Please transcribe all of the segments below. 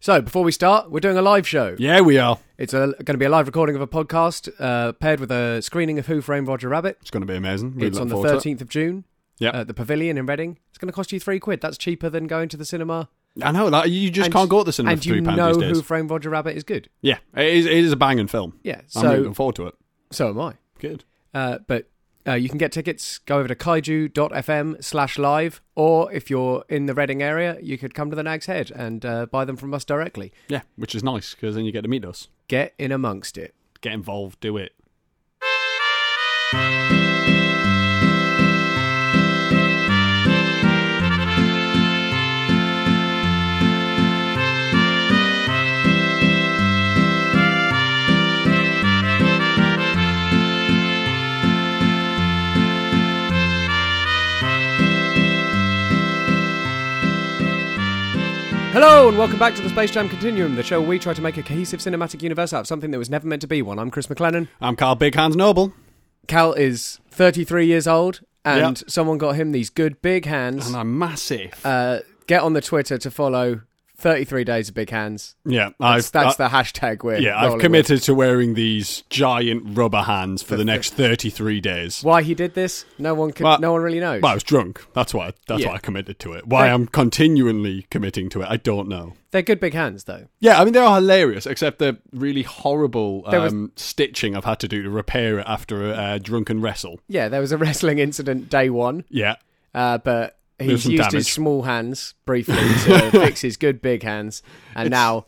So, before we start, we're doing a live show. Yeah, we are. It's going to be a live recording of a podcast uh, paired with a screening of Who Framed Roger Rabbit. It's going to be amazing. Really it's look on the forward to it. 13th of June Yep. at the Pavilion in Reading. It's going to cost you three quid. That's cheaper than going to the cinema. I know that you just And- can't go to the cinema and for three you pounds know these days. Who Framed Roger Rabbit is good. Yeah, it is, it is a banging film. Yeah, I'm so looking forward to it. so am I. Good. Uh, but uh, you can get tickets. Go over to kaiju.fm slash live, or if you're in the Reading area, you could come to the Nag's Head and uh, buy them from us directly. Yeah, which is nice because then you get to meet us, Get in amongst it. get involved, do it. Hello, and welcome back to the Space Jam Continuum, the show where we try to make a cohesive cinematic universe out of something that was never meant to be one. I'm Chris McLennan. I'm Carl Big Hands Noble. Cal is 33 years old, and someone got him these good big hands. And I'm massive. Uh, get on the Twitter to follow 33 Days of Big Hands. yeah, That's, I've, that's I- the hashtag we're yeah, rolling I've with. committed to wearing these giant rubber hands for the next 33 days. Why he did this, no one could, Well- no one really knows. Well, I was drunk. That's why. That's Yeah. why I committed to it. Why Hey. I'm continually committing to it, I don't know. They're good big hands, though. Yeah, I mean they are hilarious, except the really horrible There was- um, stitching I've had to do to repair it after a uh, drunken wrestle. Yeah, there was a wrestling incident day one, Yeah, uh, but was he's some used his damage. small hands briefly to fix his good big hands, and now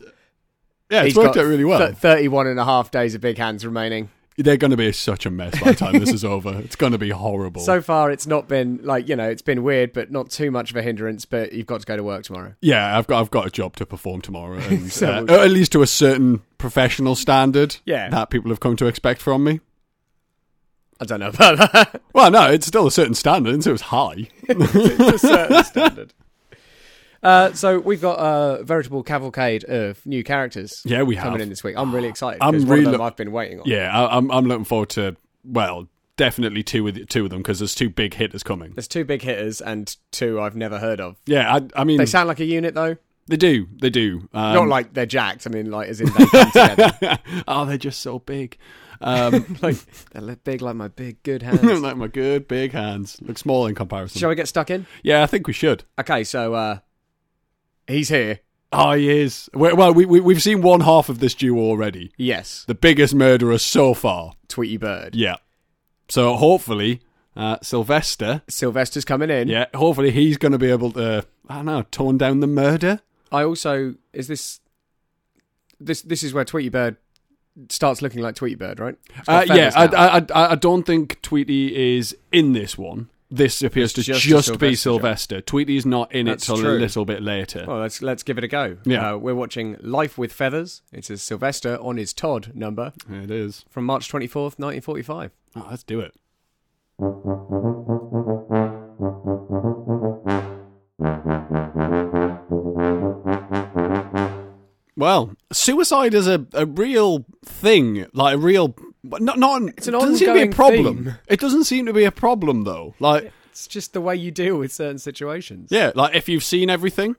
yeah, he's it's worked got out really well. th- 31 and a half days of big hands remaining. They're going to be such a mess by the time this is over. It's going to be horrible. So far, it's not been like, you know, it's been weird, but not too much of a hindrance. But you've got to go to work tomorrow. yeah, I've got I've got a job to perform tomorrow, and, So- uh, or at least to a certain professional standard Yeah. that people have come to expect from me. I don't know about that. Well, no, it's still a certain standard, and so it's high. it's a certain standard. Uh, so we've got a veritable cavalcade of new characters Yeah, we coming have. in this week. I'm really excited. I'm I'm really. really- I've been waiting on. Yeah, I, I'm I'm looking forward to well, definitely two with two of them because there's two big hitters coming. There's two big hitters and two I've never heard of. Yeah, I, I mean They sound like a unit though. They do. They do. Um, Not like they're jacked. I mean, like as in they come together. oh, they're just so big. Um, Like they're li- big, like my big good hands. like my good big hands look small in comparison. Shall we get stuck in? yeah, I think we should. Okay, so uh he's here. Oh, he is. We- Well, we, we we've seen one half of this duo already. Yes, The biggest murderer so far. Tweety Bird. Yeah. So hopefully, uh, Sylvester. Sylvester's coming in. Yeah, hopefully he's going to be able to. I don't know, tone down the murder. I also is this this this is where Tweety Bird starts looking like Tweety Bird, right? It's got Uh, yeah, feathers I, now. I, I, I don't think Tweety is in this one. This appears to just just, a be Sylvester Sylvester. Tweety's not in That's it till true. a little bit later. well, let's let's give it a go. Yeah. Uh, we're watching Life with Feathers. It's a Sylvester on his Todd number It is. from March twenty fourth, nineteen forty five. Oh, let's do it. Well, suicide is a, a real thing, like a real not not it's an doesn't seem to be a ongoing problem. theme. It doesn't seem to be a problem though. Like It's just the way you deal with certain situations. yeah, like if you've seen everything,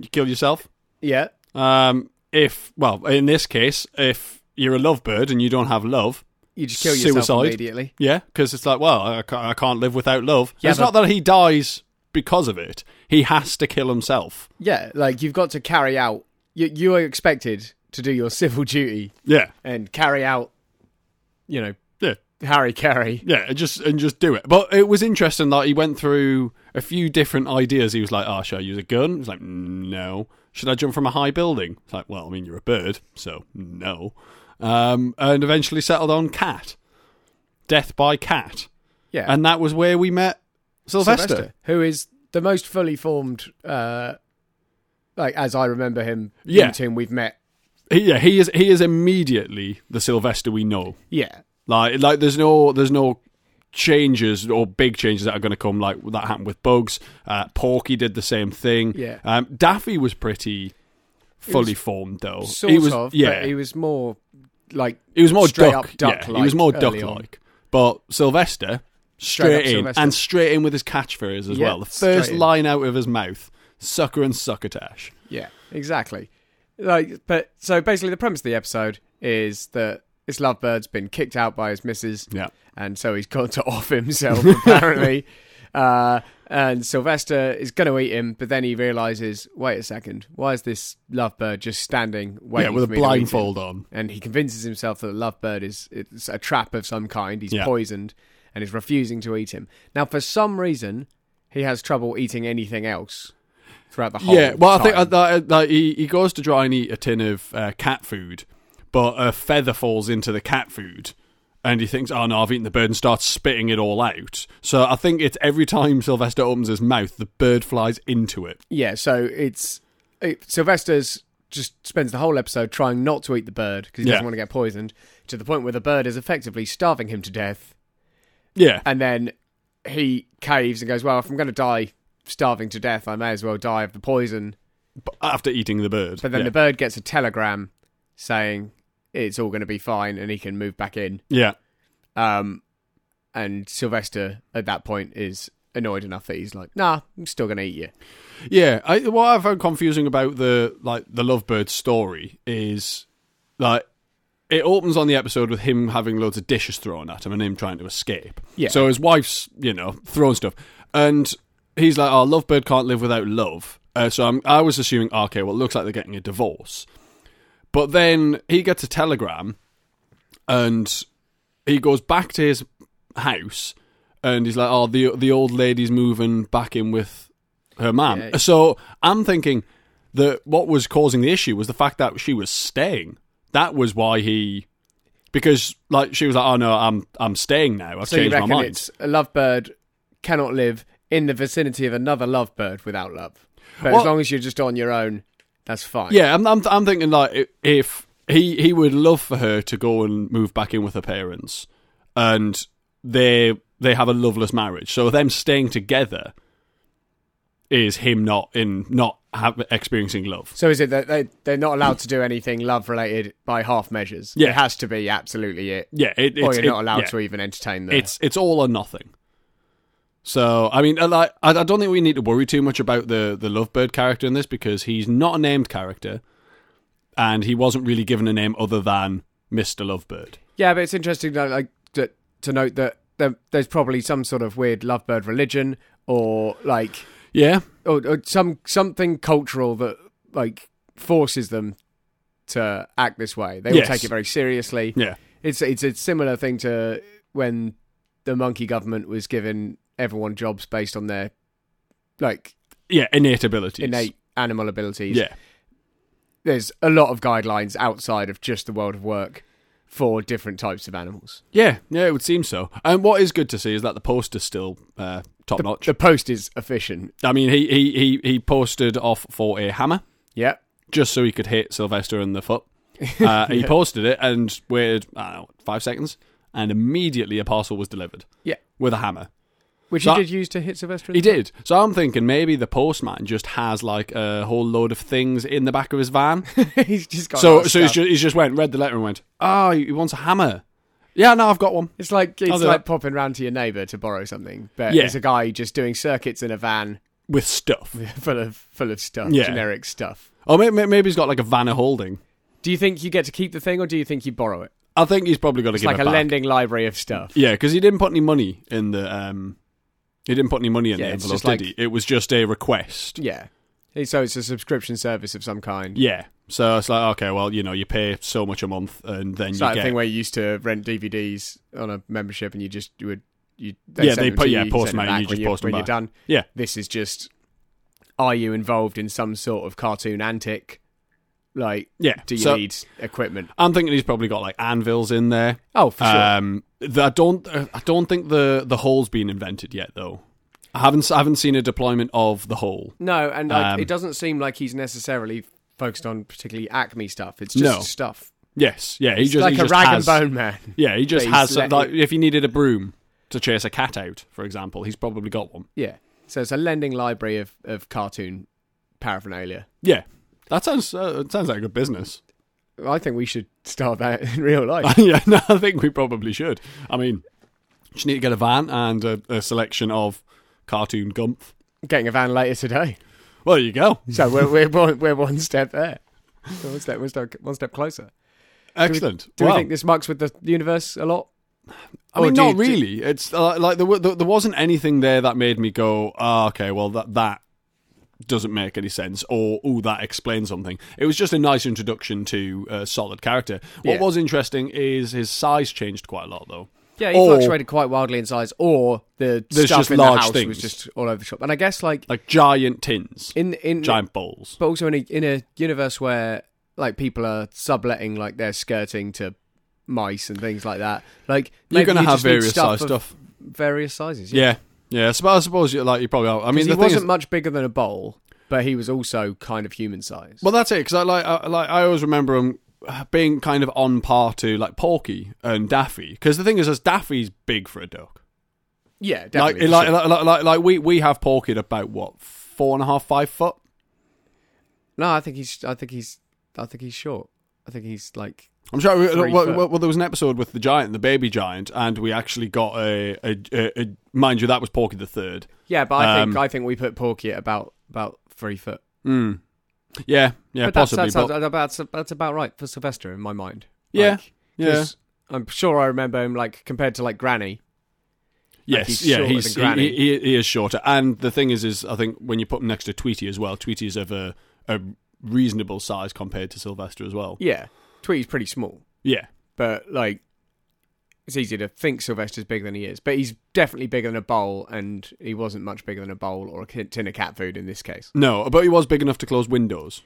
you kill yourself. Yeah. Um, if well, in this case, if you're a lovebird and you don't have love, You just kill yourself Suicide. immediately. Yeah, because it's like, well, I ca- I can't live without love. Yeah, it's but- not that he dies because of it. He has to kill himself. Yeah, like you've got to carry out. You you are expected to do your civil duty Yeah, and carry out. You know, yeah, Harry Carey. yeah. And just and just do it. But it was interesting that he went through a few different ideas. He was like, "Ah, should I use a gun?" He's like, "No." Should I jump from a high building? It's like, well, I mean, you're a bird, so no. Um, and eventually settled on cat, death by cat, Yeah, and that was where we met Sylvester. who is the most fully formed, uh, like as I remember him, Yeah. unit whom we've met. He- yeah, he is. He is immediately the Sylvester we know. Yeah, Like like there's no there's no changes or big changes that are going to come like that happened with Bugs. Uh, Porky did the same thing. Yeah. Um, Daffy was pretty fully formed though. sort he was of. yeah. but he was more like he was more straight duck. up duck. yeah, he was more duck like. But Sylvester Straight straight, up in Sylvester. and straight in with his catchphrase as Yeah, well. The straight first in. line out of his mouth, sucker and succotash. Yeah, exactly. like, but so basically, the premise of the episode is that this lovebird's been kicked out by his missus, Yeah. and so he's got to off himself apparently. uh, and Sylvester is going to eat him, but then he realizes, wait a second, why is this lovebird just standing Yeah, waiting with a for me to eat him? blindfold on. and he convinces himself that the lovebird is it's a trap of some kind. He's Yeah. poisoned and is refusing to eat him. Now, for some reason, he has trouble eating anything else throughout the whole. Yeah, well, I think uh, time. that, that he, he goes to try and eat a tin of uh, cat food, but a feather falls into the cat food, and he thinks, "Oh no, I've eaten the bird," and starts spitting it all out. So I think it's every time Sylvester opens his mouth, the bird flies into it. yeah. So it's it, Sylvester's just spends the whole episode trying not to eat the bird because he Yeah. doesn't want to get poisoned to the point where the bird is effectively starving him to death, Yeah, and then he caves and goes, "Well, if I'm going to die starving to death, I may as well die of the poison." b- after eating the bird. But then yeah. the bird gets a telegram saying it's all going to be fine and he can move back in. yeah, Um, and Sylvester at that point is annoyed enough that he's like, "Nah, I'm still going to eat you." Yeah, I, what I found confusing about the like the lovebird story is like it opens on the episode with him having loads of dishes thrown at him and him trying to escape. Yeah. So his wife's you know throwing stuff, and he's like, "Oh, lovebird can't live without love." Uh, so I'm, I was assuming, okay, well, it looks like they're getting a divorce. But then he gets a telegram, and he goes back to his house, and he's like, "Oh, the the old lady's moving back in with her mum." Yeah. So I'm thinking that what was causing the issue was the fact that she was staying. That was why he, because like she was like, "Oh no, I'm I'm staying now. I've So you changed my reckon mind." it's a lovebird cannot live in the vicinity of another lovebird without love, but Well- as long as you're just on your own, that's fine. Yeah, I'm, I'm, I'm thinking like i- if he he would love for her to go and move back in with her parents, and they they have a loveless marriage. So them staying together is him not in not have, experiencing love. So is it that they they're not allowed to do anything love related by half measures? Yeah. it has to be absolutely it, Yeah, it, or it's, you're it- not allowed yeah. to even entertain the It's it's all or nothing. So I mean, I like I, I don't think we need to worry too much about the the lovebird character in this because he's not a named character, and he wasn't really given a name other than Mister Lovebird. Yeah, but it's interesting, like, like to, to note that there, there's probably some sort of weird lovebird religion or like Yeah, or, or some something cultural that like forces them to act this way. They Yes. will take it very seriously. yeah. It's it's a similar thing to when the monkey government was giving everyone jobs based on their like Yeah, innate abilities. innate animal abilities. Yeah, There's a lot of guidelines outside of just the world of work for different types of animals. yeah, yeah. It would seem so. And what is good to see is that the poster's still uh, top notch. The post is efficient. I mean, he, he he he posted off for a hammer Yep. just so he could hit Sylvester in the foot. Uh, He posted it and waited I don't know, five seconds, and immediately a parcel was delivered. Yeah. with a hammer. Which So- he did use to hit Sylvester. in He the- did. So I'm thinking maybe the postman just has like a whole load of things in the back of his van. he's just got. a so lot of so he's stuff. just, he's just went read the letter and went, oh, he wants a hammer. Yeah, no, I've got one. it's like it's I'll do like that. popping round to your neighbour to borrow something, but Yeah. it's a guy just doing circuits in a van with stuff. full of full of stuff, Yeah. generic stuff. Or maybe, Oh, maybe he's got like a van of holding. Do you think you get to keep the thing, or do you think you borrow it? I think he's probably got to It's give like it a back. lending library of stuff. Yeah, because he didn't put any money in the um, he didn't put any money in Yeah, the it's envelope, just did like- he? It was just a request. Yeah. So it's a subscription service of some kind. Yeah. So it's like okay, well, you know, you pay so much a month, and then It's you like get a thing where you used to rent DVDs on a membership, and you just you would you Yeah, send they them put- to yeah, you, post send them out, you when just post them when you're back. done. yeah, this is just are you involved in some sort of cartoon antic like yeah. do you so need equipment I'm thinking he's probably got like anvils in there. oh for sure Um, th- I don't, uh, I don't think the the hole's been invented yet, though. I haven't, s- I haven't seen a deployment of the hole. no and like, um, it doesn't seem like he's necessarily focused on particularly acme stuff it's just No. stuff Yes, yeah, he it's just like he a just rag has- and bone man Yeah, he just But has he's some, let- like if he needed a broom to chase a cat out, for example, he's probably got one. yeah so it's a lending library of, of cartoon paraphernalia Yeah, that sounds uh, it sounds like a good business. i think we should start that in real life yeah, no, I think we probably should. I mean, just need to get a van and a, a selection of cartoon gumph. getting a van later today Well, there you go. so we're, we're, one, we're one step there one step, one step, one step closer. Excellent. Do Wow. we think this mucks with the universe a lot? I mean, or do not you- do- really. It's uh, like there, wa- there, there wasn't anything there that made me go, ah, okay, well, that, that doesn't make any sense, or, oh, that explains something. It was just a nice introduction to a solid character. What Yeah. was interesting is his size changed quite a lot, though. Yeah, he Or- fluctuated quite wildly in size, or the There's stuff just in large the house things. was just all over the shop. And I guess like Like giant tins, in in giant bowls. but also in a in a universe where like people are subletting like their skirting to mice and things like that. Like You're maybe going to you have just need various size of stuff. various sizes. Yeah. Yeah, I suppose, I suppose you like you probably. Are. I because mean, the he thing is, wasn't much bigger than a bowl, but he was also kind of human size. Well, that's it because I like I, like I always remember him uh, being kind of on par to like Porky and Daffy because the thing is, as Daffy's big for a duck. yeah, Like, definitely. like, like, like, like, like we we have Porky at about what four and a half five foot. no, I think he's. I think he's. I think he's short. I think he's like. I'm sure. uh, Three well, foot. well, well, there was an episode with the giant, the baby giant, and we actually got a, a, a, a mind you that was Porky the third. Yeah, but I think Um, I think we put Porky at about about three foot. Mm. Yeah, yeah, but that's, possibly. that's, but, that's, that's, that's about right for Sylvester in my mind. yeah, Like, yeah. 'cause I'm sure I remember him like compared to like Granny. Yes, he's yeah, shorter he's than Granny. he, he, he is shorter. And the thing is, is I think when you put him next to Tweety as well, Tweety is of a, a reasonable size compared to Sylvester as well. Yeah, Tweety's pretty small, Yeah, but like it's easy to think Sylvester's bigger than he is, but he's definitely bigger than a bowl, and he wasn't much bigger than a bowl or a ki- tin of cat food in this case. no, but he was big enough to close windows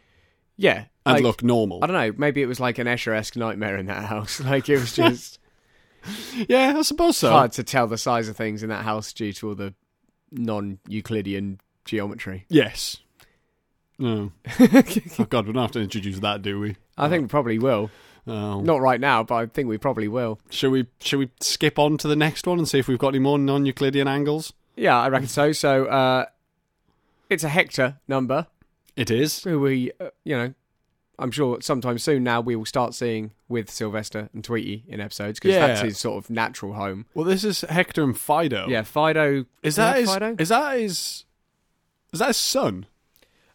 Yeah, and like, look normal. I don't know. Maybe it was like an Escher-esque nightmare in that house. Like it was just Yeah, I suppose so. hard to tell the size of things in that house due to all the non-Euclidean geometry. Yes. No. oh God, we don't have to introduce that, do we? I think we probably will. Oh. Not right now, but I think we probably will. Shall we? Shall we skip on to the next one and see if we've got any more non-Euclidean angles? Yeah, I reckon so. So uh, it's a Hector number. It is. Who we, uh, you know, I'm sure sometime soon now we will start seeing with Sylvester and Tweety in episodes because Yeah. that's his sort of natural home. Well, this is Hector and Fido. Yeah, Fido. Is that his? Fido? Is that his? Is that his son?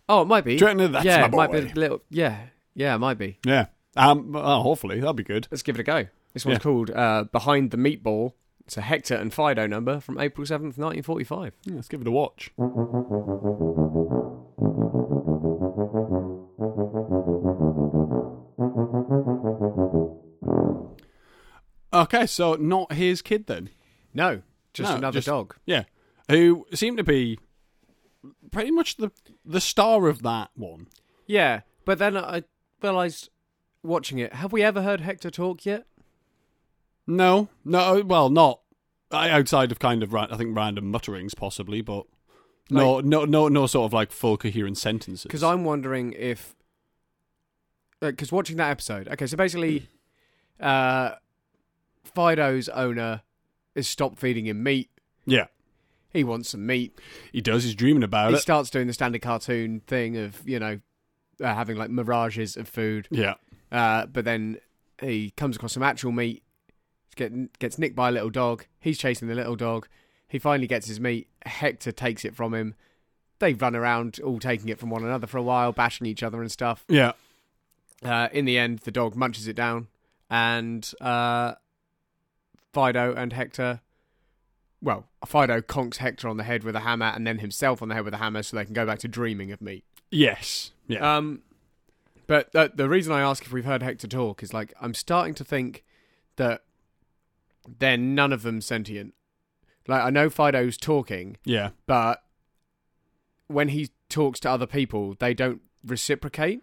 oh, it might be. Do you reckon that's yeah, my it might be boy? a little. Yeah, yeah, it might be. Yeah. Um. Oh, hopefully that'll be good. Let's give it a go. This one's Yeah. called uh, "Behind the Meatball." It's a Hector and Fido number from April seventh, nineteen forty-five. Yeah, let's give it a watch. Okay, so not his kid then. No, just No, another just- dog. Yeah, who seemed to be pretty much the the star of that one. Yeah, but then I realised watching it. Have we ever heard Hector talk yet? No, no, well, not I- outside of kind of ra- I think random mutterings possibly, but no, no, no, no sort of like full coherent sentences. Because I'm wondering if, because watching that episode, okay, so basically, uh, Fido's owner has stopped feeding him meat. yeah, He wants some meat. he does. He's dreaming about He it. starts doing the standard cartoon thing of you know uh, having like mirages of food, Yeah, uh, but then he comes across some actual meat. Get, gets nicked by a little dog. He's chasing the little dog. He finally gets his meat. Hector takes it from him. They run around all taking it from one another for a while, bashing each other and stuff. yeah. Uh, in the end, the dog munches it down, and uh, Fido and Hector. Well, Fido conks Hector on the head with a hammer, and then himself on the head with a hammer, so they can go back to dreaming of meat. Yes. Yeah. Um, but uh, the reason I ask if we've heard Hector talk is like I'm starting to think that they're none of them sentient. Like I know Fido's talking, yeah. but when he talks to other people, they don't reciprocate.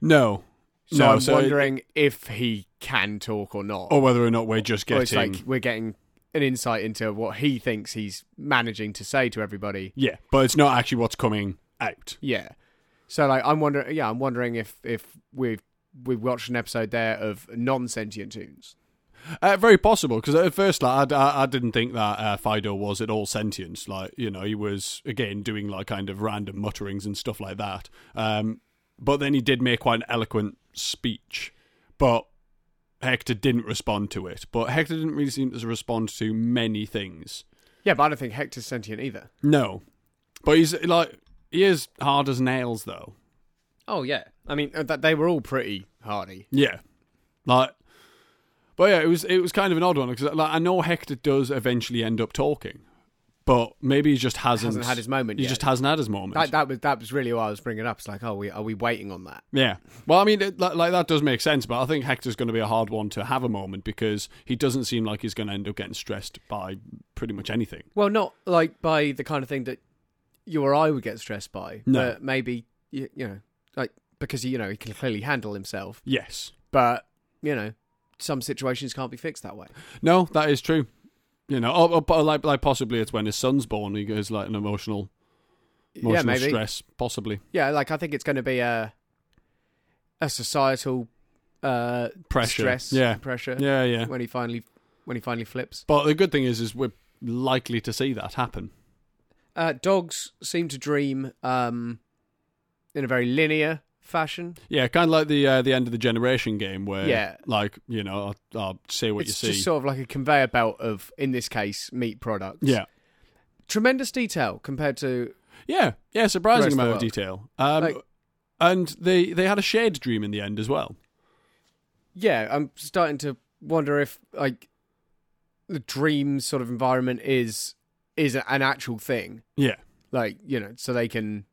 No. So no, I'm so wondering if he can talk or not. or whether or not we're just Or getting. it's like we're getting an insight into what he thinks he's managing to say to everybody. yeah, but it's not actually what's coming out. Yeah. So like I'm wondering yeah, I'm wondering if if we've we've watched an episode there of non sentient tunes. Uh, very possible because at first, like, I, I, I didn't think that uh, Fido was at all sentient. Like, you know, he was again doing like kind of random mutterings and stuff like that. Um, but then he did make quite an eloquent speech, but Hector didn't respond to it. But Hector didn't really seem to respond to many things. Yeah, but I don't think Hector's sentient either. No, but he's like he is hard as nails though. Oh yeah, I mean uh, that they were all pretty hardy. Yeah, like, but yeah, it was it was kind of an odd one because like, I know Hector does eventually end up talking, but maybe he just hasn't, Hasn't had his moment He yet. just hasn't had his moment. That, that was that was really what I was bringing up. It's like, oh, we are we waiting on that? yeah. Well, I mean, it, like, like that does make sense, but I think Hector's going to be a hard one to have a moment because he doesn't seem like he's going to end up getting stressed by pretty much anything. Well, not like by the kind of thing that you or I would get stressed by. No. But maybe you, you know, like because you know he can clearly handle himself, Yes. but you know, some situations can't be fixed that way. No, that is true. You know, or, or, or like, like possibly it's when his son's born. He goes like an emotional, emotional yeah, maybe. stress, possibly Yeah, like I think it's going to be a a societal uh, pressure. stress, Yeah, pressure. yeah, yeah. When he finally when he finally flips, But the good thing is, is we're likely to see that happen. uh, dogs seem to dream um, in a very linear fashion. Yeah, kind of like the uh, the end of the generation game where, Yeah. like you know, I'll, I'll say what it's you see. just sort of like a conveyor belt of, in this case, meat products. yeah, tremendous detail compared to yeah, yeah. Surprising Rest of amount of world. detail. Um, Like- and they they had a shared dream in the end as well. yeah. I'm starting to wonder if like the dream sort of environment is is an actual thing. Yeah, like you know so they can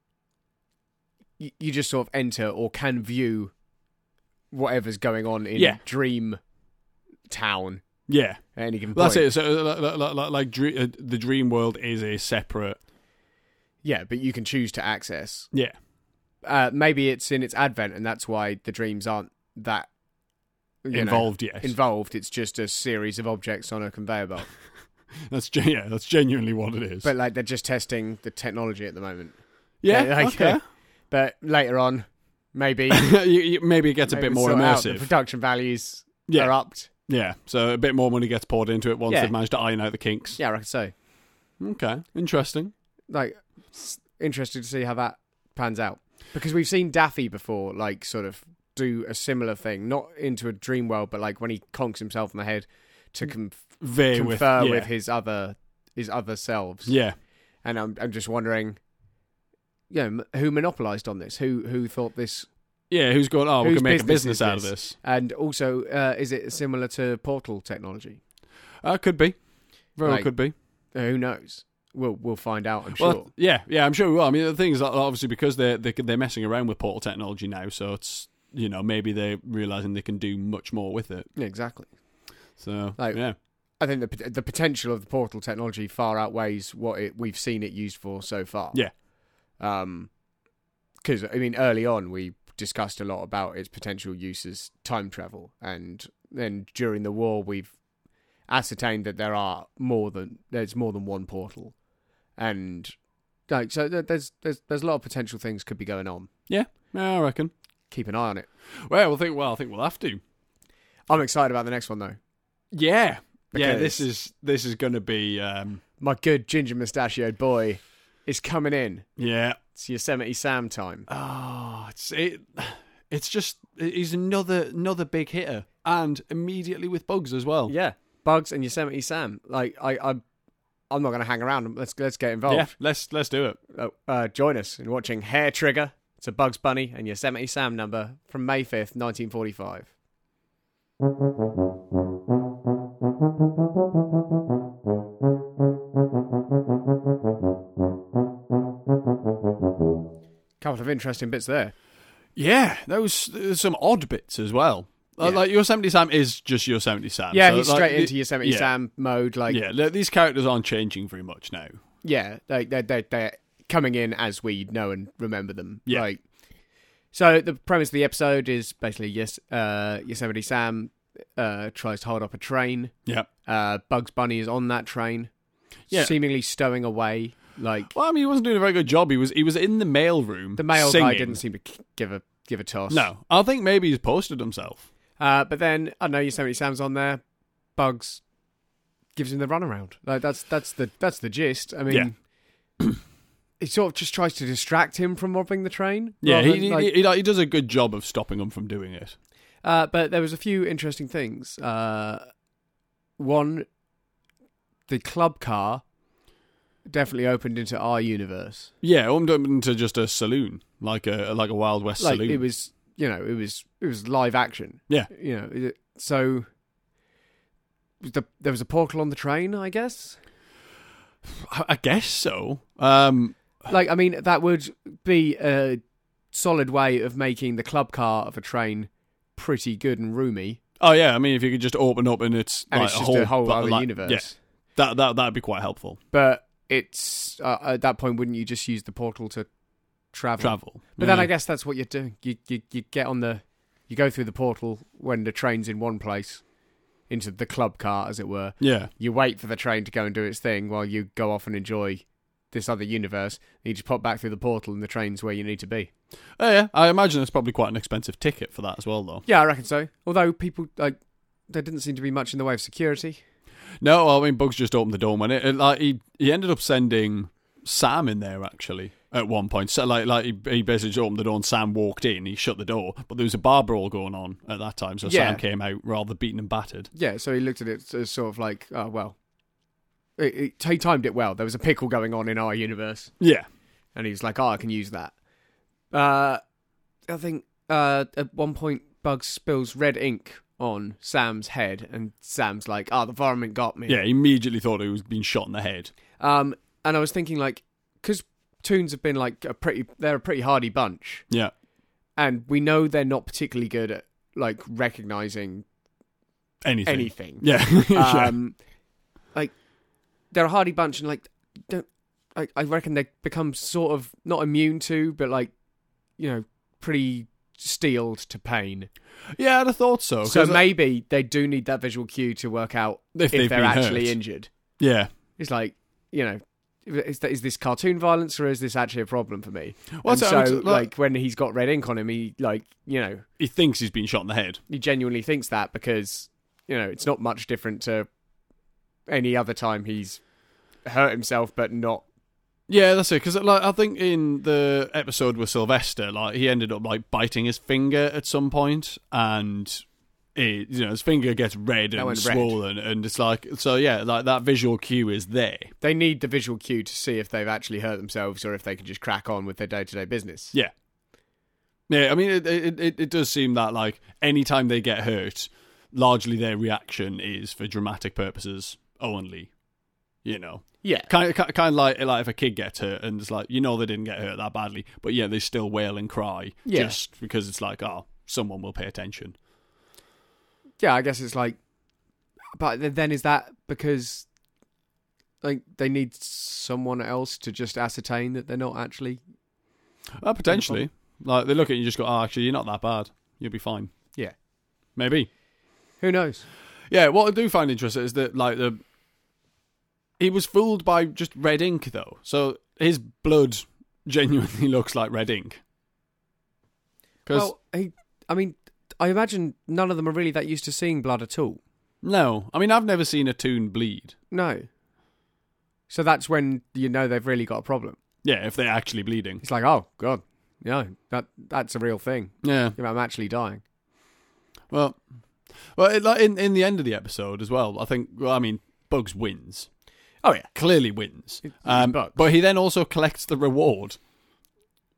y- you just sort of enter or can view whatever's going on in Yeah. dream town yeah. at any given That's point it. So uh, like, like, like, like dre- uh, the dream world is a separate. yeah but you can choose to access Yeah, uh maybe it's in its advent and that's why the dreams aren't that you know, involved. yes, involved it's just a series of objects on a conveyor belt that's gen- yeah, that's genuinely what it is. but like they're just testing the technology at the moment yeah, yeah, uh, like, okay. but later on maybe You- you- maybe it gets a bit maybe more sort out the immersive. production values Yeah. are upped Yeah, so a bit more money gets poured into it once Yeah. they've managed to iron out the kinks. yeah i reckon so Okay, interesting. like s- interested to see how that pans out because we've seen Daffy before, like sort of do a similar thing, not into a dream world, but like when he conks himself on the head to conf- Veer with, confer Mm. yeah. with, his other his other selves. yeah, And I'm I'm just wondering, you know, m- who monopolised on this? Who who thought this? yeah. Who's going? Oh, we Whose can make a business business is out of this? this. And also, uh, is it similar to portal technology? Uh, could be, very well Like, could be. Uh, who knows? We'll we'll find out. I'm Well, sure. yeah, yeah. I'm sure we will. I mean, the thing is, that obviously, because they're they're, they're messing around with portal technology now, so it's you know maybe they're realizing they can do much more with it. Yeah, exactly. So Like- yeah, I think the pot- the potential of the portal technology far outweighs what it we've seen it used for so far. Yeah. Um, because I mean, early on we discussed a lot about its potential uses, time travel, and then during the war we've ascertained that there are more than there's more than one portal, and like so there- there's there's there's a lot of potential things could be going on. yeah, yeah. I reckon. Keep an eye on it. Well, we'll think. Well, I think we'll have to. I'm excited about the next one though. Yeah, yeah. Because- This is this is going to be. Um, My good ginger mustachioed boy is coming in. yeah. It's Yosemite Sam time. Oh, it's it, It's just he's another another big hitter, and immediately with bugs as well. Yeah, Bugs and Yosemite Sam. Like I, I'm, I'm not going to hang around. Let's let's get yeah. involved. Oh, Let's let's do it. Uh, uh, join us in watching Hair Trigger. It's a Bugs Bunny and Yosemite Sam number from May 5th, 1945. Couple of interesting bits there. Yeah, there was, there was some odd bits as well. Like, Yeah. like Yosemite Sam is just Yosemite Sam. Yeah, So, he's like, straight the- into Yosemite yeah, Sam mode. Like, yeah, Yeah, th- these characters aren't changing very much now. they, they, they, they're coming in as we know and remember them. Yeah. Like, so the premise of the episode is basically yes, uh, Yosemite Sam uh, tries to hold up a train. Yeah. Uh, Bugs Bunny is on that train, Yeah. seemingly stowing away. Like Well, I mean, he wasn't doing a very good job. He was he was in the mail room. the male singing. guy didn't seem to k- give a give a toss. No, I think maybe he's posted himself. Uh, but then I know Yosemite Sam's on there. Bugs gives him the runaround. Like that's that's the that's the gist. I mean, Yeah. he sort of just tries to distract him from robbing the train. Yeah, rather he than, he, like- he, like, he does a good job of stopping him from doing it. Uh, but there was a few interesting things. Uh, one, the club car definitely opened into our universe. Yeah, opened up into just a saloon, like a like a Wild West Like saloon. it was, you know, it was it was live action. Yeah. you know, it, so was the, there was a portal on the train, I guess. I I guess so. Um, Like, I mean, that would be a solid way of making the club car of a train pretty good and roomy, oh yeah, I mean, if you could just open up and it's and like it's a just whole, a whole like- other like- universe. Yeah, that that that'd be quite helpful. But it's uh, at that point, wouldn't you just use the portal to travel? Travel, Mm. But then Yeah. I guess that's what you're doing. You, you you get on the you go through the portal when the train's in one place into the club car, as it were. yeah, You wait for the train to go and do its thing while you go off and enjoy this other universe. And you just pop back through the portal, and the train's where you need to be. oh yeah. I imagine it's probably quite an expensive ticket for that as well, though. Yeah, I reckon so. Although people like there didn't seem to be much in the way of security. No, I mean Bugs just opened the door, man. It, it, like he he ended up sending Sam in there actually at one point. So like like he, he basically just opened the door and Sam walked in. He shut the door, but there was a bar brawl going on at that time, so Yeah. Sam came out rather beaten and battered. Yeah, so he looked at it as sort of like, oh well, it, it, he timed it well. There was a pickle going on in our universe. Yeah, and he was like, "Oh, I can use that." Uh, I think uh, at one point, Bugs spills red ink on Sam's head, and Sam's like, "Oh, the varmint got me." yeah. He immediately thought he was being shot in the head. Um, and I was thinking like, because Toons have been like a pretty, they're a pretty hardy bunch, Yeah, and we know they're not particularly good at like recognizing anything. anything. Yeah, yeah. um, like they're a hardy bunch, and like don't I, I reckon they become sort of not immune to, but like you know, pretty steeled to pain. yeah. I'd have thought so. so Oh, 'cause uh, maybe they do need that visual cue to work out if, if they've they're been actually hurt. injured. yeah. It's like you know. Is, that, is this cartoon violence or is this actually a problem for me? Well, and so- so, so, like, like- when he's got red ink on him, he like you know He thinks he's been shot in the head. he genuinely thinks that because you know it's not much different to any other time he's hurt himself but not Yeah, that's it. Because like I think in the episode with Sylvester, like he ended up like biting his finger at some point, and it, you know his finger gets red and went red. swollen, and it's like so. Yeah, like that visual cue is there. they need the visual cue to see if they've actually hurt themselves or if they can just crack on with their day-to-day business Yeah, yeah. I mean, it it it, it does seem that like anytime they get hurt, largely their reaction is for dramatic purposes only. You know, yeah kind of, kind of like like if a kid gets hurt and it's like you know they didn't get hurt that badly, but yeah they still wail and cry Yeah. just because it's like oh someone will pay attention. yeah i guess it's like but th- then is that because like they need someone else to just ascertain that they're not actually Uh, potentially, like they look at you and just go oh actually you're not that bad, you'll be fine. Yeah. maybe. who knows Yeah, what I do find interesting is that like the he was fooled by just red ink though, so his blood genuinely looks like red ink. 'Cause- well he, i mean i imagine none of them are really that used to seeing blood at all no, I mean I've never seen a toon bleed. no so that's when you know they've really got a problem Yeah, if they're actually bleeding. it's like oh god no that that's a real thing Yeah. You know, i'm actually dying Well, well, it, like in in the end of the episode as well. I think. Well, I mean, Bugs wins. oh yeah Clearly wins. It's- it's Um, Bugs. but he then also collects the reward.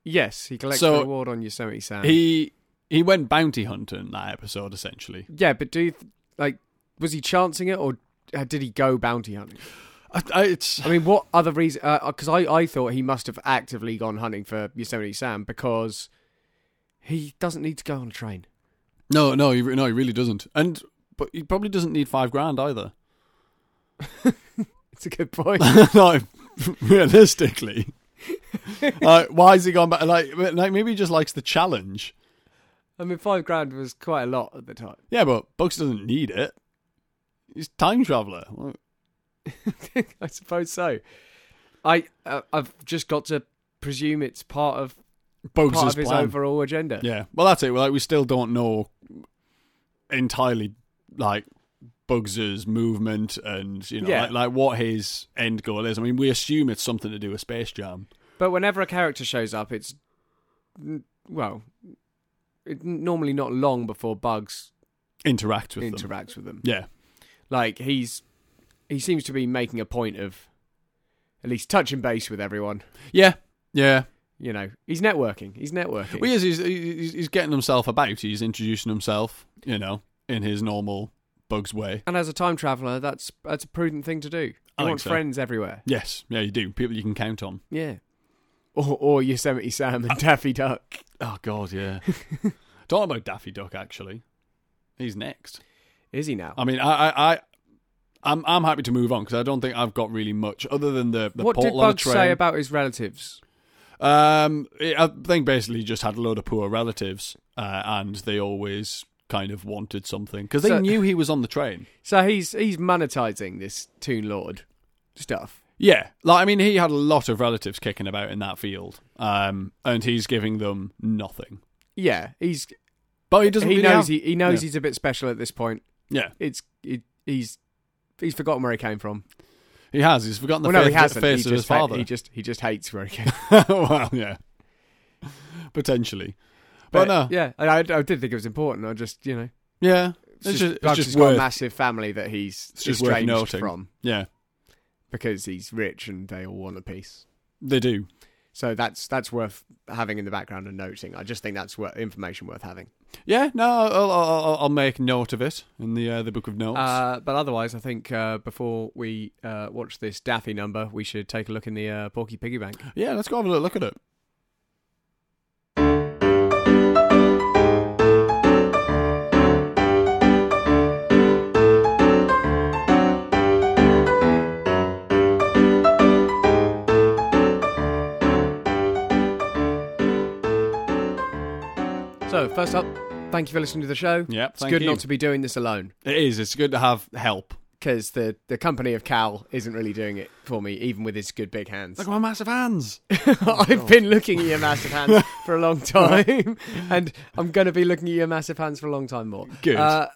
Yes, he collects So- the reward on Yosemite Sam. He he went bounty hunting in that episode essentially. yeah, but do you th- like was he chancing it or uh, did he go bounty hunting? I, I, it's I mean, what other reason? Because I I thought he must have actively gone hunting for Yosemite Sam because he doesn't need to go on a train. no, no, he, re- no, he really doesn't. And but he probably doesn't need five grand either. It's a good point. like realistically, like why is he gone back? Like, like maybe he just likes the challenge. I mean, five grand was quite a lot at the time. Yeah, but Bugs doesn't need it. He's time traveler. I suppose so. I uh, I've just got to presume it's part of Bugs part of his plan. overall agenda. Yeah. Well, that's it. Like we still don't know entirely like Bugs's movement and you know Yeah. like, like what his end goal is. I mean, we assume it's something to do with Space Jam. But whenever a character shows up, it's n- well, it, n- normally not long before Bugs Interact with them. interacts with them. Yeah. Like he's he seems to be making a point of at least touching base with everyone. Yeah, yeah. You know, he's networking. He's networking. Well, he is, he's, he's he's getting himself about. He's introducing himself, you know, in his normal Bugs way. and as a time traveler, that's that's a prudent thing to do. You I think want so. friends everywhere. Yes, yeah, you do. People you can count on. Yeah. Or, or Yosemite Sam and Daffy Duck. Oh God, yeah. Talking about Daffy Duck, actually, he's next. Is he now? I mean, I, I, I I'm, I'm happy to move on because I don't think I've got really much other than the the what did Portland Bugs train. say about his relatives? Um, it, I think basically just had a load of poor relatives, uh, and they always kind of wanted something because they So- knew he was on the train. So he's he's monetizing this Toon Lord stuff. Yeah, like I mean, he had a lot of relatives kicking about in that field, um, and he's giving them nothing. Yeah, he's But he doesn't. he really knows have- he, he knows yeah. he's a bit special at this point. Yeah, It's it, he's he's forgotten where he came from. he has. He's forgotten the well, no, face, he hasn't. face He of his just, ha- father. he just he just hates where he came. from. well, yeah, potentially. But, But no, yeah, I, I I did think it was important. I just you know, yeah, it's just, it's Bugs just has got worth- a massive family that he's It's just worth estranged noting. from yeah, because he's rich and they all want a piece. they do. So that's that's worth having in the background and noting. I just think that's wor- information worth having. Yeah, no, I'll, I'll, I'll- I'll make note of it in the uh, the book of notes. Uh, but otherwise, I think uh, before we uh, watch this Daffy number, we should take a look in the uh, Porky Piggy Bank. yeah, let's go have a little look at it. So first up, thank you for listening to the show. Yeah, it's good not to be doing this alone It is. It's good to have help. because the the company of Cal isn't really doing it for me, even with his good big hands. Look at my massive hands. I've been looking at your massive hands for a long time, and I'm going to be looking at your massive hands for a long time more. Good. Uh,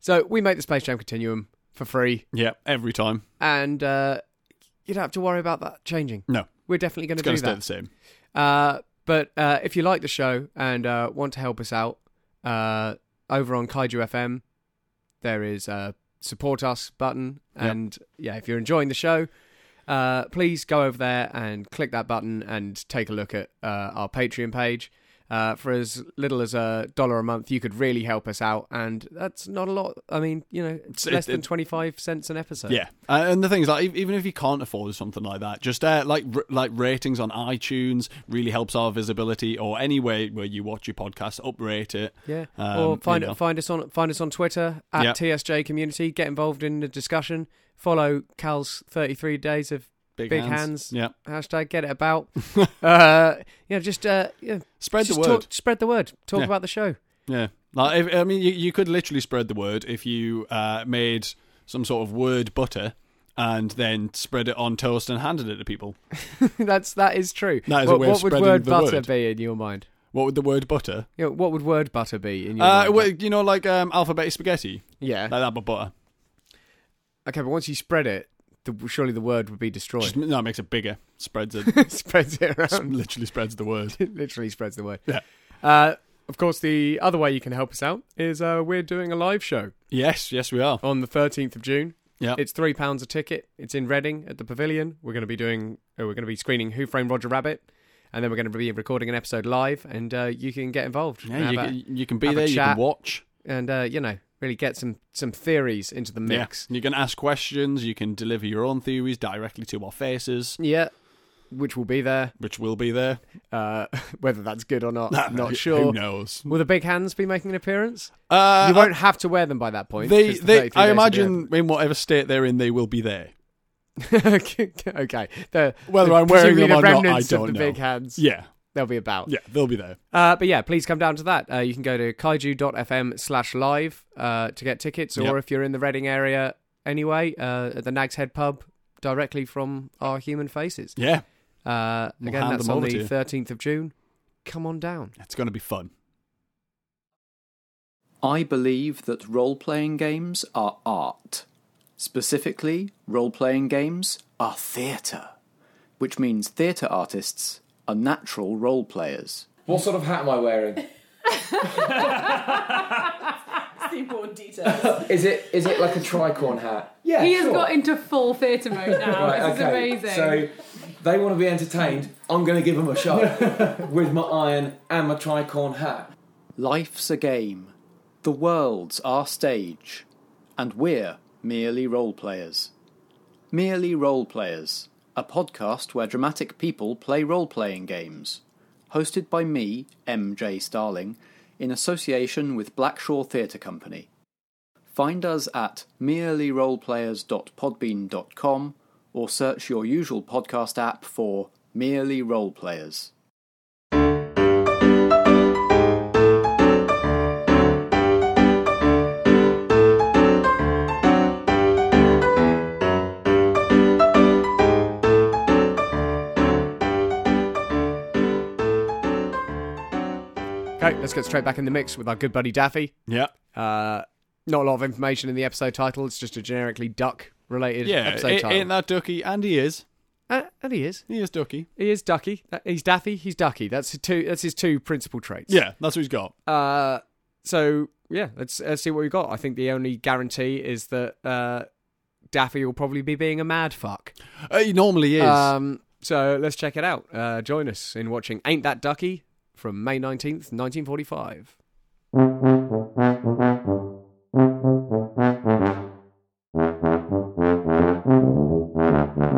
so we make the Space Jam Continuum for free, yeah, every time. and uh, you don't have to worry about that changing. No, We're definitely going it's to going do to stay that. the same. Uh, but uh, if you like the show and uh, want to help us out, uh, over on Kaiju FM, there is a support us button. Yep. And yeah, if you're enjoying the show, uh, please go over there and click that button and take a look at uh, our Patreon page. Uh, for as little as a dollar a month, you could really help us out, and that's not a lot. I mean, you know, it's It's- less it- than it- twenty-five cents an episode. Yeah, uh, and the thing is, like, ev- even if you can't afford something like that, just uh, like r- like ratings on iTunes really helps our visibility. Or any way where you watch your podcast, uprate it. Yeah. Um, or find you know. find us on find us on Twitter at Yep. TSJ Community. Get involved in the discussion. Follow Cal's thirty three days of Big hands. Yeah, hashtag Get It About. uh, you know, just uh, yeah, spread just the word. Talk, spread the word. Talk Yeah. about the show. Yeah, like if, I mean, you, you could literally spread the word if you uh, made some sort of word butter and then spread it on toast and handed it to people. That's that is true. That is a what way of what would spreading word the butter word. be in your mind? What would the word butter? You know, what would word butter be in your Uh, mind? well, you know, like um, alphabet spaghetti, yeah. like that, but butter. okay, but once you spread it, the, surely the word would be Just, destroyed. no, it makes it bigger. Spreads it. spreads it s- around. literally spreads the word. it literally spreads the word. Yeah. Uh, of course, the other way you can help us out is uh, we're doing a live show Yes, yes, we are. on the 13th of June. Yeah. It's three pounds a ticket. It's in Reading at the Pavilion. We're going to be doing. Uh, we're going to be screening Who Framed Roger Rabbit, and then we're going to be recording an episode live, and uh, you can get involved. Yeah, and you, have can- you can be have a there. You chat. can watch. a- and uh, you know, really get some some theories into the mix. Yeah. You can ask questions. You can deliver your own theories directly to our faces, Yeah. Which will be there, which will be there. uh, whether that's good or not, Who not sure. knows? Will the big hands be making an appearance? Uh, you won't have to wear them by that point. They, 'cause the they 33 I days will be imagine in whatever state they're in, they will be there. okay. okay. The, Whether the- I'm wearing presumably them the or not, I remnants don't of the know. big hands. Yeah, They'll be about. yeah, they'll be there. Uh, but yeah, please come down to that. Uh, you can go to kaiju.fm slash live uh, to get tickets, Yep. or if you're in the Reading area anyway, uh, at the Nag's Head Pub, directly from our human faces. Yeah, Uh, We'll again, hand that's them on over to the you. 13th of June. Come on down. it's going to be fun. I believe that role playing games are art. Specifically, role playing games are theatre, which means theatre artists are natural role players. What sort of hat am I wearing? the important details. Is it is it like a tricorn hat? Yeah, he has sure. got into full theatre mode now. Right, this okay. is amazing. So they want to be entertained. I'm going to give them a shot with my iron and my tricorn hat. Life's a game. The world's our stage. And we're merely role players. Merely Role Players, a podcast where dramatic people play role playing games. Hosted by me, MJ Starling, in association with Blackshaw Theatre Company. Find us at merelyroleplayers.podbean.com or search your usual podcast app for Merely Role Players. Okay, let's get straight back in the mix with our good buddy Daffy. Yeah. Uh, not a lot of information in the episode title. It's just a generically duck related Yeah. episode i- title. Ain't that Ducky? And he is. Uh, and he is. He is Ducky. He is ducky. Uh, He's Daffy. He's ducky. That's his two. That's his two principal traits. Yeah, that's what he's got. Uh, so yeah, let's uh, see what we got. I think the only guarantee is that uh, Daffy will probably be being a mad fuck. Uh, he normally is. Um, so let's check it out. Uh, join us in watching "Ain't That Ducky" from May nineteenth, nineteen forty-five.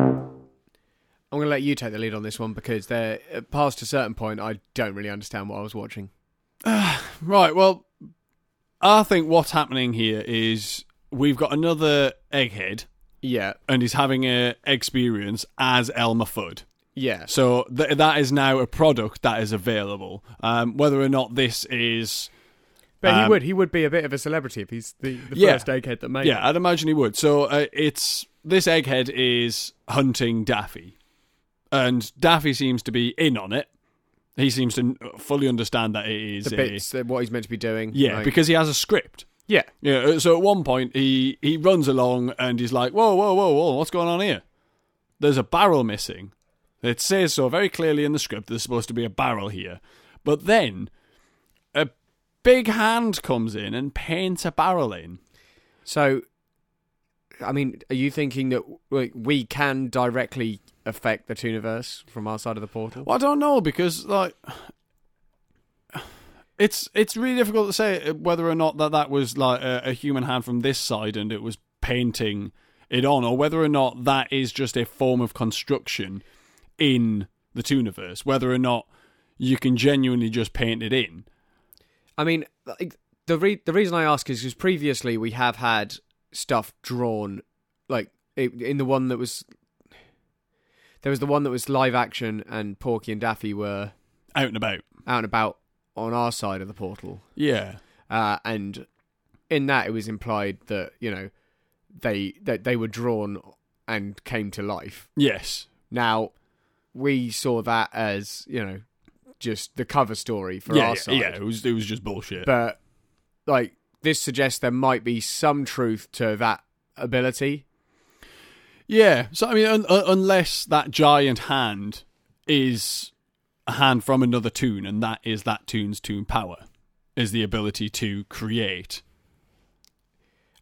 I'm going to let you take the lead on this one because there, uh, past a certain point, I don't really understand what I was watching. Right. Well, I think what's happening here is we've got another egghead, Yeah, and he's having a experience as Elmer Fudd. yeah. So th- that is now a product that is available. Um, whether or not this is But he Um, would he would be a bit of a celebrity if he's the, the Yeah. first egghead that made Yeah, I'd imagine he would. So uh, it's this egghead is hunting Daffy, and Daffy seems to be in on it. He seems to n- fully understand that it is the a- bits uh, what he's meant to be doing. yeah, like- because he has a script. yeah, Yeah. uh, So at one point he he runs along and he's like, "Whoa, whoa, whoa, whoa! What's going on here? There's a barrel missing." It says so very clearly in the script. There's supposed to be a barrel here, but then a big hand comes in and paints a barrel in. so I mean, are you thinking that like, we can directly affect the Tooniverse from our side of the portal? Well, I don't know because like it's it's really difficult to say whether or not that that was like a, a human hand from this side and it was painting it on, or whether or not that is just a form of construction in the Tooniverse. Whether or not you can genuinely just paint it in. I mean, like, the re- the reason I ask is because previously we have had stuff drawn, like it, in the one that was there was the one that was live action, and Porky and Daffy were Out and about. out and about on our side of the portal. Yeah. uh, and in that it was implied that you know they that they were drawn and came to life. Yes. Now we saw that as you know just the cover story for yeah, our yeah, side, yeah, It was it was just bullshit. but like this suggests there might be some truth to that ability. Yeah. So I mean, un- un- unless that giant hand is a hand from another tune, and that is that tune's tune power, is the ability to create.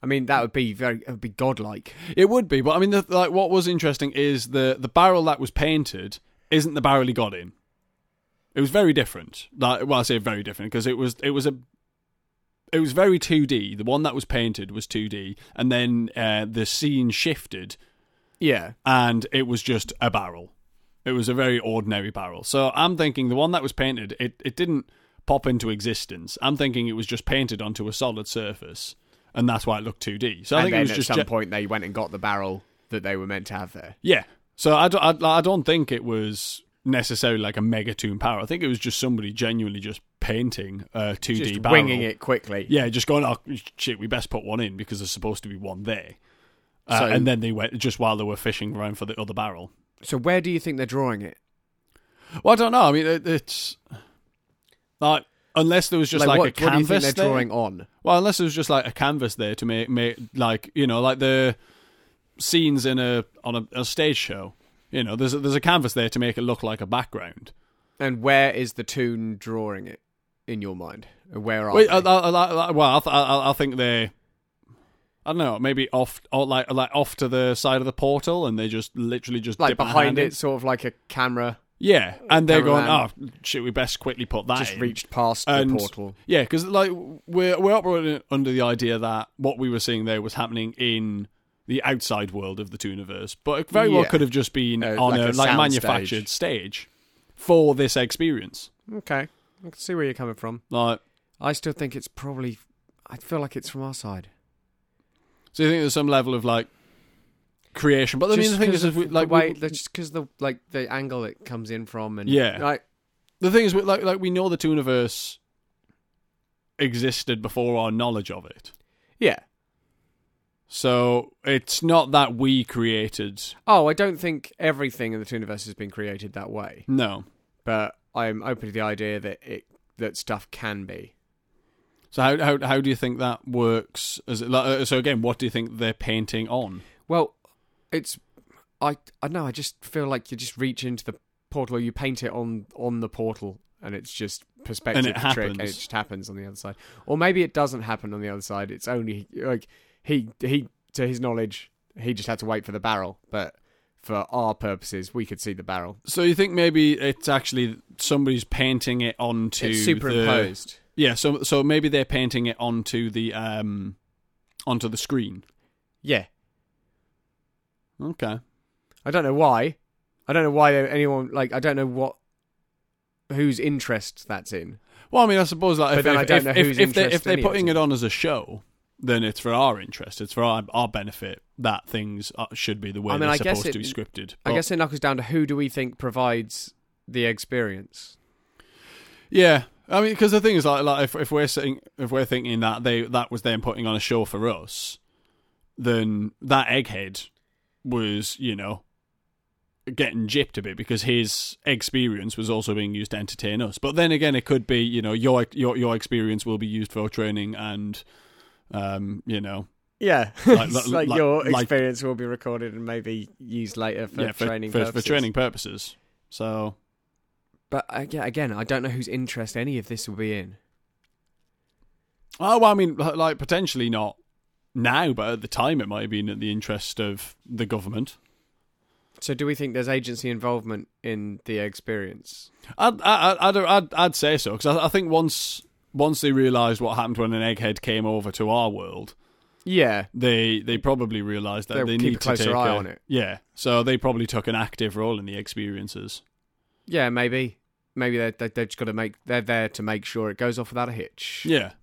I mean, that would be very it would be godlike. It would be, but I mean, the, like what was interesting is the the barrel that was painted isn't the barrel he got in. It was very different. Like, well, I say very different because it was it was a it was very 2D. The one that was painted was 2D, and then uh, the scene shifted Yeah, and it was just a barrel. It was a very ordinary barrel. So I'm thinking the one that was painted, it, it didn't pop into existence. I'm thinking it was just painted onto a solid surface, and that's why it looked 2D. So I and think then it was at just some ge- point they went and got the barrel that they were meant to have there. yeah. So I don't, I, I don't think it was necessarily like a mega tune power. I think it was just somebody genuinely just painting a 2D Just barrel, winging it quickly. Yeah, just going, oh shit, we best put one in because there's supposed to be one there. Uh, So- and then they went just while they were fishing around for the other barrel. So where do you think they're drawing it? Well, I don't know. I mean, it, it's like unless there was just like, what, a what do you canvas think they're there. drawing on? Well, unless there was just like a canvas there to make make like you know like the scenes in a on a, a stage show. You know, there's a, there's a canvas there to make it look like a background. And where is the tune drawing it in your mind? Where are Wait, they? I, I, I, I- well, I, th- I, I- I think they. I don't know, maybe off or like like off to the side of the portal, and they just literally just like dip their behind hand in. it, sort of like a camera Yeah, and they're going, oh Cameraman. shit, we best quickly put that. just in." reached past and the portal. Yeah, because like we're we're operating under the idea that what we were seeing there was happening in the outside world of the Tooniverse, but it very well Yeah. could have just been Uh, on like a, a like sound manufactured stage for this experience. Okay, I can see where you're coming from. Like, I still think it's probably. I feel like it's from our side. so you think there's some level of like creation, but I mean, the thing 'cause is, is of we, the like way- we- that's just because the like the angle it comes in from, and Yeah. like the thing is, we- like like we know the Tooniverse existed before our knowledge of it. yeah. So it's not that we created. Oh, I don't think everything in the Tooniverse has been created that way, No. but I'm open to the idea that it that stuff can be. So how how how do you think that works? As it, like, uh, so again, what do you think they're painting on? Well, it's I I know I just feel like you just reach into the portal, or you paint it on on the portal, and it's just perspective And it trick, and it happens. just happens on the other side. Or maybe it doesn't happen on the other side. It's only like he he to his knowledge, he just had to wait for the barrel, but. For our purposes, we could see the barrel. So you think maybe it's actually somebody's painting it onto It's The, superimposed. yeah. So so maybe they're painting it onto the um onto the screen. Yeah, Okay. I don't know why. I don't know why anyone like. I don't know what whose interest that's in. Well, I mean, I suppose like But if, then if, I don't if, know if, whose if they interest if they're any of putting it's it in. on as a show, then it's for our interest. It's for our our benefit that things are, should be the way I mean, they're I guess supposed to it- be scripted. I But- guess it knuckles down to who do we think provides the experience. Yeah, I mean, because the thing is, like, like if, if we're saying if we're thinking that they that was them putting on a show for us, then that egghead was, you know, getting gypped a bit because his experience was also being used to entertain us. But then again, it could be, you know, your your your experience will be used for training and, um, you know, Yeah, Like- It's like- like, your like- like- experience will be recorded and maybe used later for yeah, for training for, for purposes. training purposes. So But uh, yeah, again, I don't know whose interest any of this will be in. Oh, well, I mean, li- like potentially not now, but at the time it might have been at the interest of the government. So, do we think there's agency involvement in the experience? I'd I- I- I'd I'd, I'd say so because I, I think once once they realised what happened when an egghead came over to our world, Yeah, they they probably realised that They'll they keep a need to closer take eye a- on it. Yeah, so they probably took an active role in the experiences. yeah, maybe, maybe they they they've just got to make they're there to make sure it goes off without a hitch. Yeah,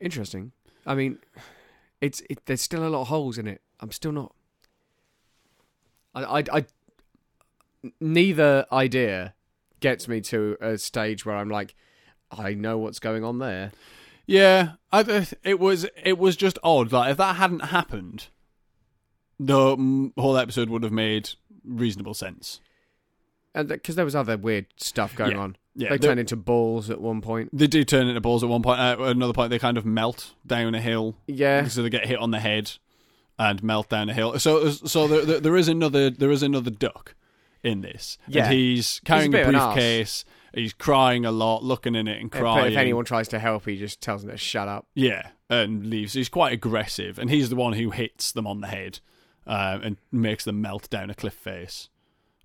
Interesting. I mean, it's it, there's still a lot of holes in it. I'm still not. I, I, I neither idea gets me to a stage where I'm like, I know what's going on there. yeah. I, I- it was it was just odd. Like if that hadn't happened, the mm, whole episode would have made reasonable sense. And because there was other weird stuff going Yeah. on, Yeah, they the- turned into balls at one point. They do turn into balls at one point. At another point, they kind of melt down a hill, Yeah, so they get hit on the head and melt down a hill. So, so there, there, there is another, there is another duck in this. And Yeah. he's carrying He's a a, bit of an briefcase. He's crying a lot, looking in it and If- crying. if anyone tries to help, he just tells them to shut up. yeah, and leaves. He's quite aggressive, and he's the one who hits them on the head uh, and makes them melt down a cliff face.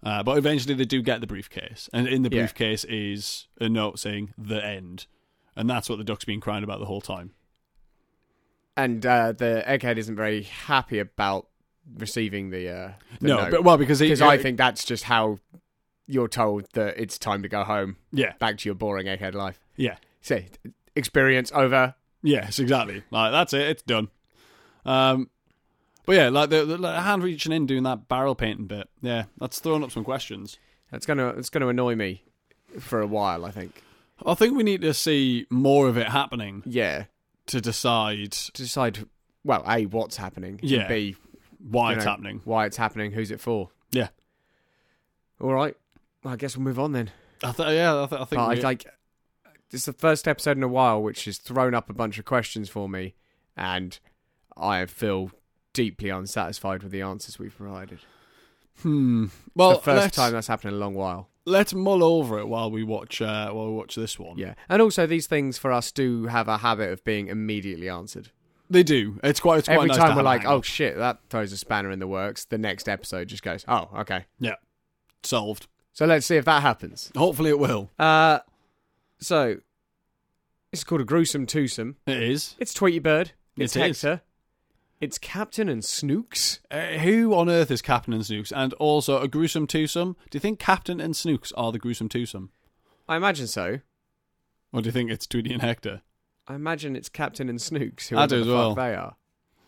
Uh, but eventually, they do get the briefcase, and in the Yeah. briefcase is a note saying "the end," and that's what the duck's been crying about the whole time. And uh, the egghead isn't very happy about receiving the. Uh, the no, note. but well, because he- because I think that's just how you're told that it's time to go home, yeah, back to your boring egghead life. yeah. Say, experience over. Yes, exactly. Like that's it. It's done. Um, but yeah, like the, the like, hand reaching in, doing that barrel painting bit. Yeah, that's thrown up some questions. That's gonna it's gonna annoy me for a while. I think. I think we need to see more of it happening Yeah, to decide to decide. Well, a what's happening. and Yeah. B why you it's know, happening. Why it's happening. Who's it for? Yeah. All right. I guess we'll move on then. I th- yeah, I, th- I think. But I we- like. It's the first episode in a while which has thrown up a bunch of questions for me, and I feel deeply unsatisfied with the answers we've provided. hmm. Well, the first let's, time that's happened in a long while. let's mull over it while we watch. Uh, while we watch this one. Yeah, and also these things for us do have a habit of being immediately answered. They do. It's quite. It's quite Every nice to time we're have like, a hang. oh shit, that throws a spanner in the works. The next episode just goes, oh, okay. yeah, oh. solved. So let's see if that happens. Hopefully, it will. Uh, so it's called a gruesome twosome. It is. It's Tweety Bird. It's It is. Hector. It's Captain and Snooks. Uh, who on earth is Captain and Snooks? And also a gruesome twosome. Do you think Captain and Snooks are the gruesome twosome, I imagine so. or do you think it's Tweety and Hector? I imagine it's Captain and Snooks. Who I are do the as fuck well. They are.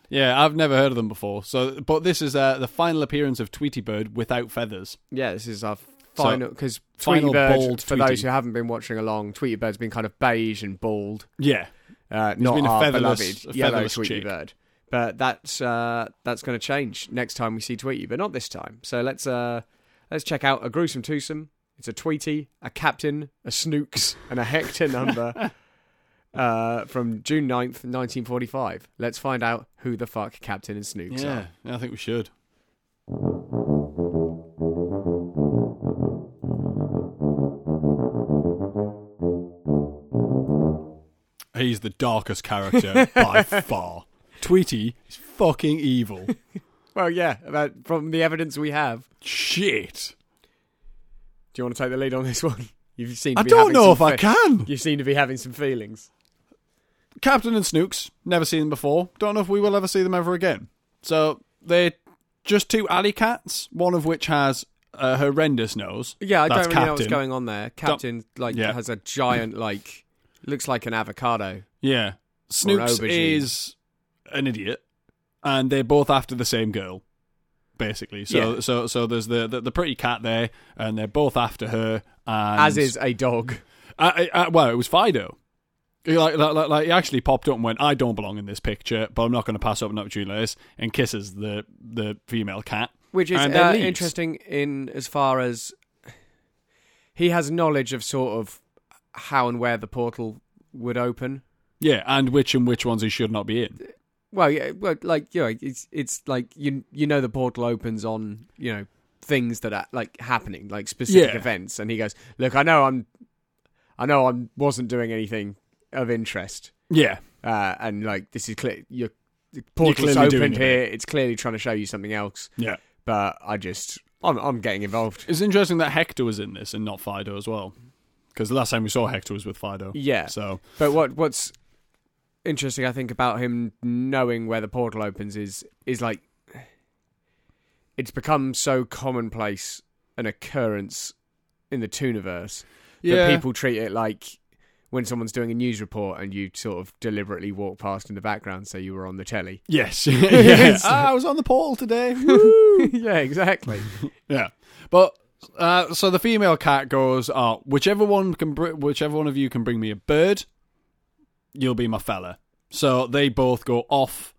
Yeah, I've never heard of them before. So, but this is uh, the final appearance of Tweety Bird without feathers. Yeah, this is our final because Tweety final Bird. bald for Tweety. those who haven't been watching along, Tweety Bird's been kind of beige and bald. Yeah, Uh, not been a our featherless- a beloved yellow featherless Tweety chick. Bird. But that's uh, that's going to change next time we see Tweety, but not this time. So let's uh, let's check out a gruesome twosome. It's a Tweety, a Captain, a Snooks, and a Hector number uh, from June 9th, 1945. Let's find out who the fuck Captain and Snooks are. yeah. I think we should. He's the darkest character by far. Tweety is fucking evil. Well, yeah, about, from the evidence we have. Shit. Do you want to take the lead on this one? You've seen. I don't know if I can. You seem to be having some feelings. Captain and Snooks, never seen them before. Don't know if we will ever see them ever again. So they're just two alley cats, one of which has a horrendous nose. Yeah, I That's don't really know what's Captain. going on there. Captain like Yeah. has a giant like looks like an avocado. Yeah. Snooks aubergine. is an idiot, and they're both after the same girl, basically. So Yeah. so so there's the, the the pretty cat there, and they're both after her. And As is a dog. I, I, I- well, it was Fido. He like, like, like, like, he actually popped up and went, "I don't belong in this picture, but I'm not going to pass up an opportunity like this," and kisses the the female cat, Which is And then uh, leaves. interesting in as far as he has knowledge of sort of how and where the portal would open. Yeah, and which and which ones he should not be in. Well, yeah, well, like you know, it's it's like you you know the portal opens on you know things that are like happening, like specific Yeah. events, and he goes, "Look, I know I'm, I know I wasn't doing anything of interest, Yeah, uh, and like this is clear. Your the portal's clearly doing opened it. here. It's clearly trying to show you something else, yeah. but I just I'm I'm getting involved. It's interesting that Hector was in this and not Fido as well, because the last time we saw Hector was with Fido. Yeah, So But what what's interesting, I think, about him knowing where the portal opens is is like it's become so commonplace an occurrence in the Tooniverse that yeah, people treat it like when someone's doing a news report and you sort of deliberately walk past in the background so you were on the telly. yes, yes. Ah, I was on the portal today. yeah, exactly. Yeah, but uh, so the female cat goes, "Oh, whichever one can, br- whichever one of you can bring me a bird, you'll be my fella." So they both go off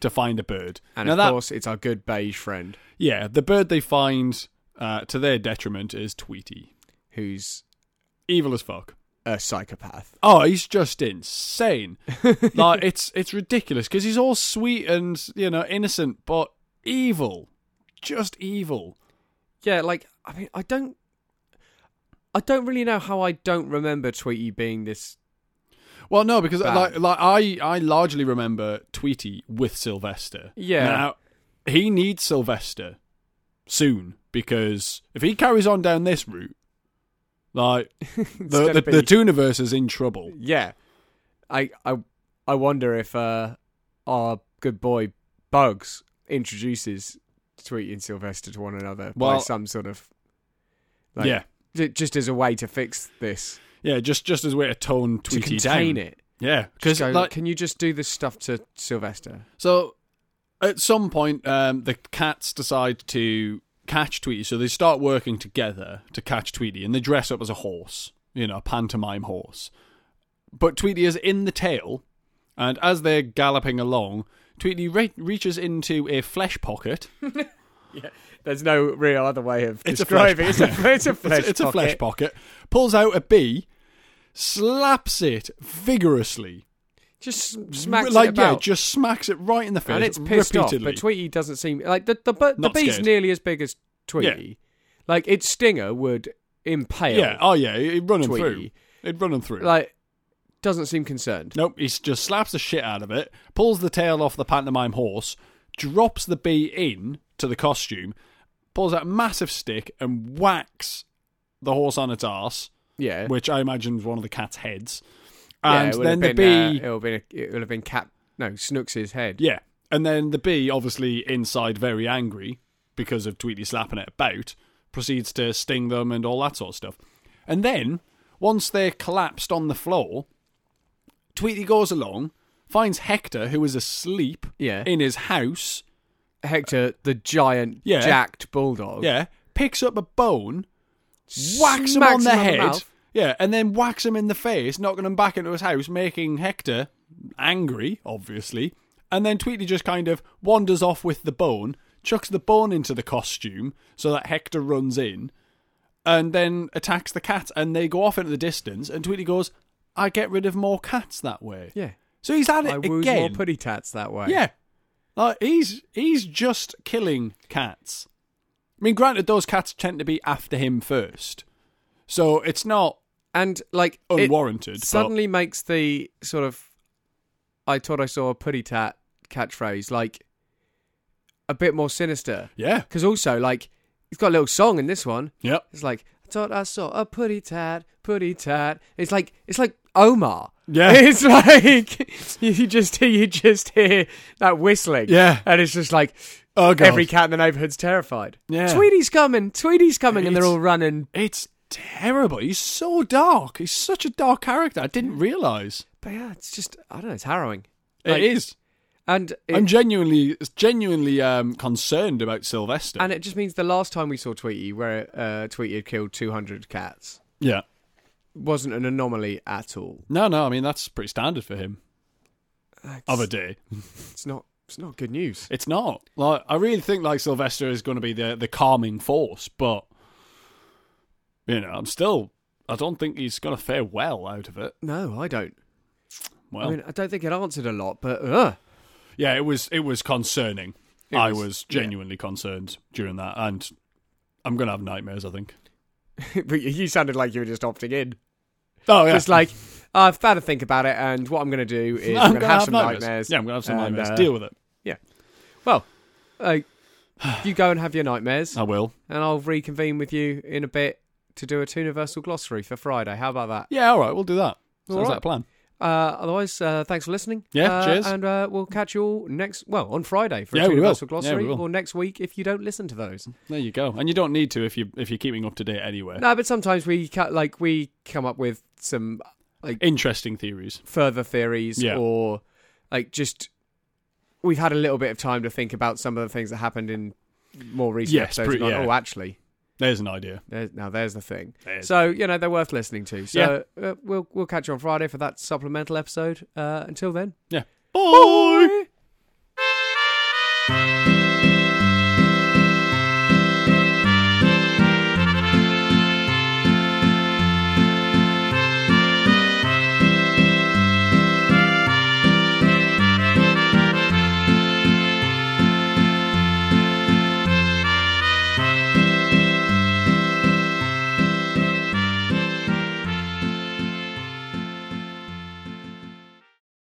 to find a bird. And now of that, course, it's our good beige friend yeah, the bird they find uh, to their detriment is Tweety, who's evil as fuck. a psychopath. Oh, he's just insane. like it's it's ridiculous because he's all sweet and you know innocent, but evil, just evil. Yeah, like I mean, I don't, I don't really know how I don't remember Tweety being this Well, no, because Bad. like like I I largely remember Tweety with Sylvester. Yeah. Now he needs Sylvester soon because if he carries on down this route, like the gonna the, be- the Tooniverse is in trouble. yeah i i i wonder if uh our good boy bugs introduces tweety and sylvester to one another by Well- some sort of like, yeah. ju- just as a way to fix this Yeah, just just as a way to tone to Tweety contain down. it Yeah, just because go, like can you just do this stuff to sylvester So at some point, um, the cats decide to catch Tweety. So they start working together to catch Tweety and they dress up as a horse, you know, a pantomime horse. But Tweety is in the tail. And as they're galloping along, Tweety re- reaches into a flesh pocket. there's no real other way of It's a flesh describing it. It's a, it's a flesh it's, it's a pocket. flesh pocket. Pulls out a bee, slaps it vigorously. Just smacks like, it about. yeah, just smacks it right in the face and it's pissed off. repeatedly. But Tweety doesn't seem like the the, bu- the Not bee's scared. nearly as big as Tweety. Like its stinger would impale yeah, oh yeah, it'd run him Tweety. through. It'd run him through. Like doesn't seem concerned. Nope, he just slaps the shit out of it, pulls the tail off the pantomime horse, drops the bee in to the costume, pulls out a massive stick and whacks the horse on its ass, Yeah. which I imagine was one of the cat's heads. yeah, And it would then the have been, bee, uh, it would have been, it would have been Cap. No, Snooks's head. yeah, and then the bee, obviously inside very angry because of Tweety slapping it about, proceeds to sting them and all that sort of stuff. And then once they're collapsed on the floor, Tweety goes along, finds Hector who is asleep Yeah. in his house, Hector, the giant, Yeah. jacked bulldog. yeah, picks up a bone, whacks Smacks him on the mouth. head, yeah, and then whacks him in the face, knocking him back into his house, making Hector angry, obviously. And then Tweety just kind of wanders off with the bone, chucks the bone into the costume so that Hector runs in, and then attacks the cat. And they go off into the distance, and Tweety goes, "I get rid of more cats that way." Yeah. So he's at it I woos more again. putty tats that way. Yeah. Like he's he's just killing cats. I mean, granted, those cats tend to be after him first, so it's not And like it unwarranted. but- suddenly makes the sort of I thought I saw a putty tat catchphrase like a bit more sinister. yeah, Because also like he's got a little song in this one. yep, It's like I thought I saw a putty tat, putty tat. It's like it's like Omar. Yeah. It's like you just you just hear that whistling. Yeah. And it's just like Oh, God. every cat in the neighborhood's terrified. Yeah. Tweety's coming, Tweety's coming, and they're It's- all running. it's terrible. He's so dark. He's such a dark character. I didn't realize But yeah, it's just I don't know, it's harrowing. Like, it is. And it, I'm genuinely genuinely um, concerned about Sylvester. and it just means the last time we saw Tweety, where uh, Tweety had killed 200 cats, yeah, wasn't an anomaly at all. no, no. I mean, that's pretty standard for him of a day. It's not. It's not good news. It's not. Like I really think like Sylvester is going to be the the calming force, but you know, I'm still I don't think he's going to fare well out of it. No, I don't. Well, I mean, I don't think it answered a lot, but uh, yeah, it was it was concerning. It I was- was genuinely concerned during that and I'm going to have nightmares, I think. but you sounded like you were just opting in. Oh yeah. It's like I've had to think about it, and what I'm going to do is I'm going to gonna have, some nightmares. Yeah, I'm going to have some and, nightmares. uh, Deal with it. Well, uh, you go and have your nightmares, I will. and I'll reconvene with you in a bit to do a Tooniversal glossary for Friday. How about that? Yeah, all right, we'll do that. All Sounds like right. a plan. Uh, otherwise, uh, thanks for listening. Yeah, Uh, cheers. And uh, we'll catch you all next, well, on Friday for Yeah, a we will. Universal Yeah, Glossary, we will. or next week if you don't listen to those. There you go. And you don't need to if you if you're keeping up to date anyway. No, but sometimes we ca- like we come up with some Interesting theories. further theories, Yeah. or like just we've had a little bit of time to think about some of the things that happened in more recent Yes, episodes. pretty- and gone, yeah. Oh, actually, There's an idea. there's, now there's the thing. There's- So you know they're worth listening to. So uh, we'll we'll catch you on Friday for that supplemental episode. Uh, until then, Yeah. Bye.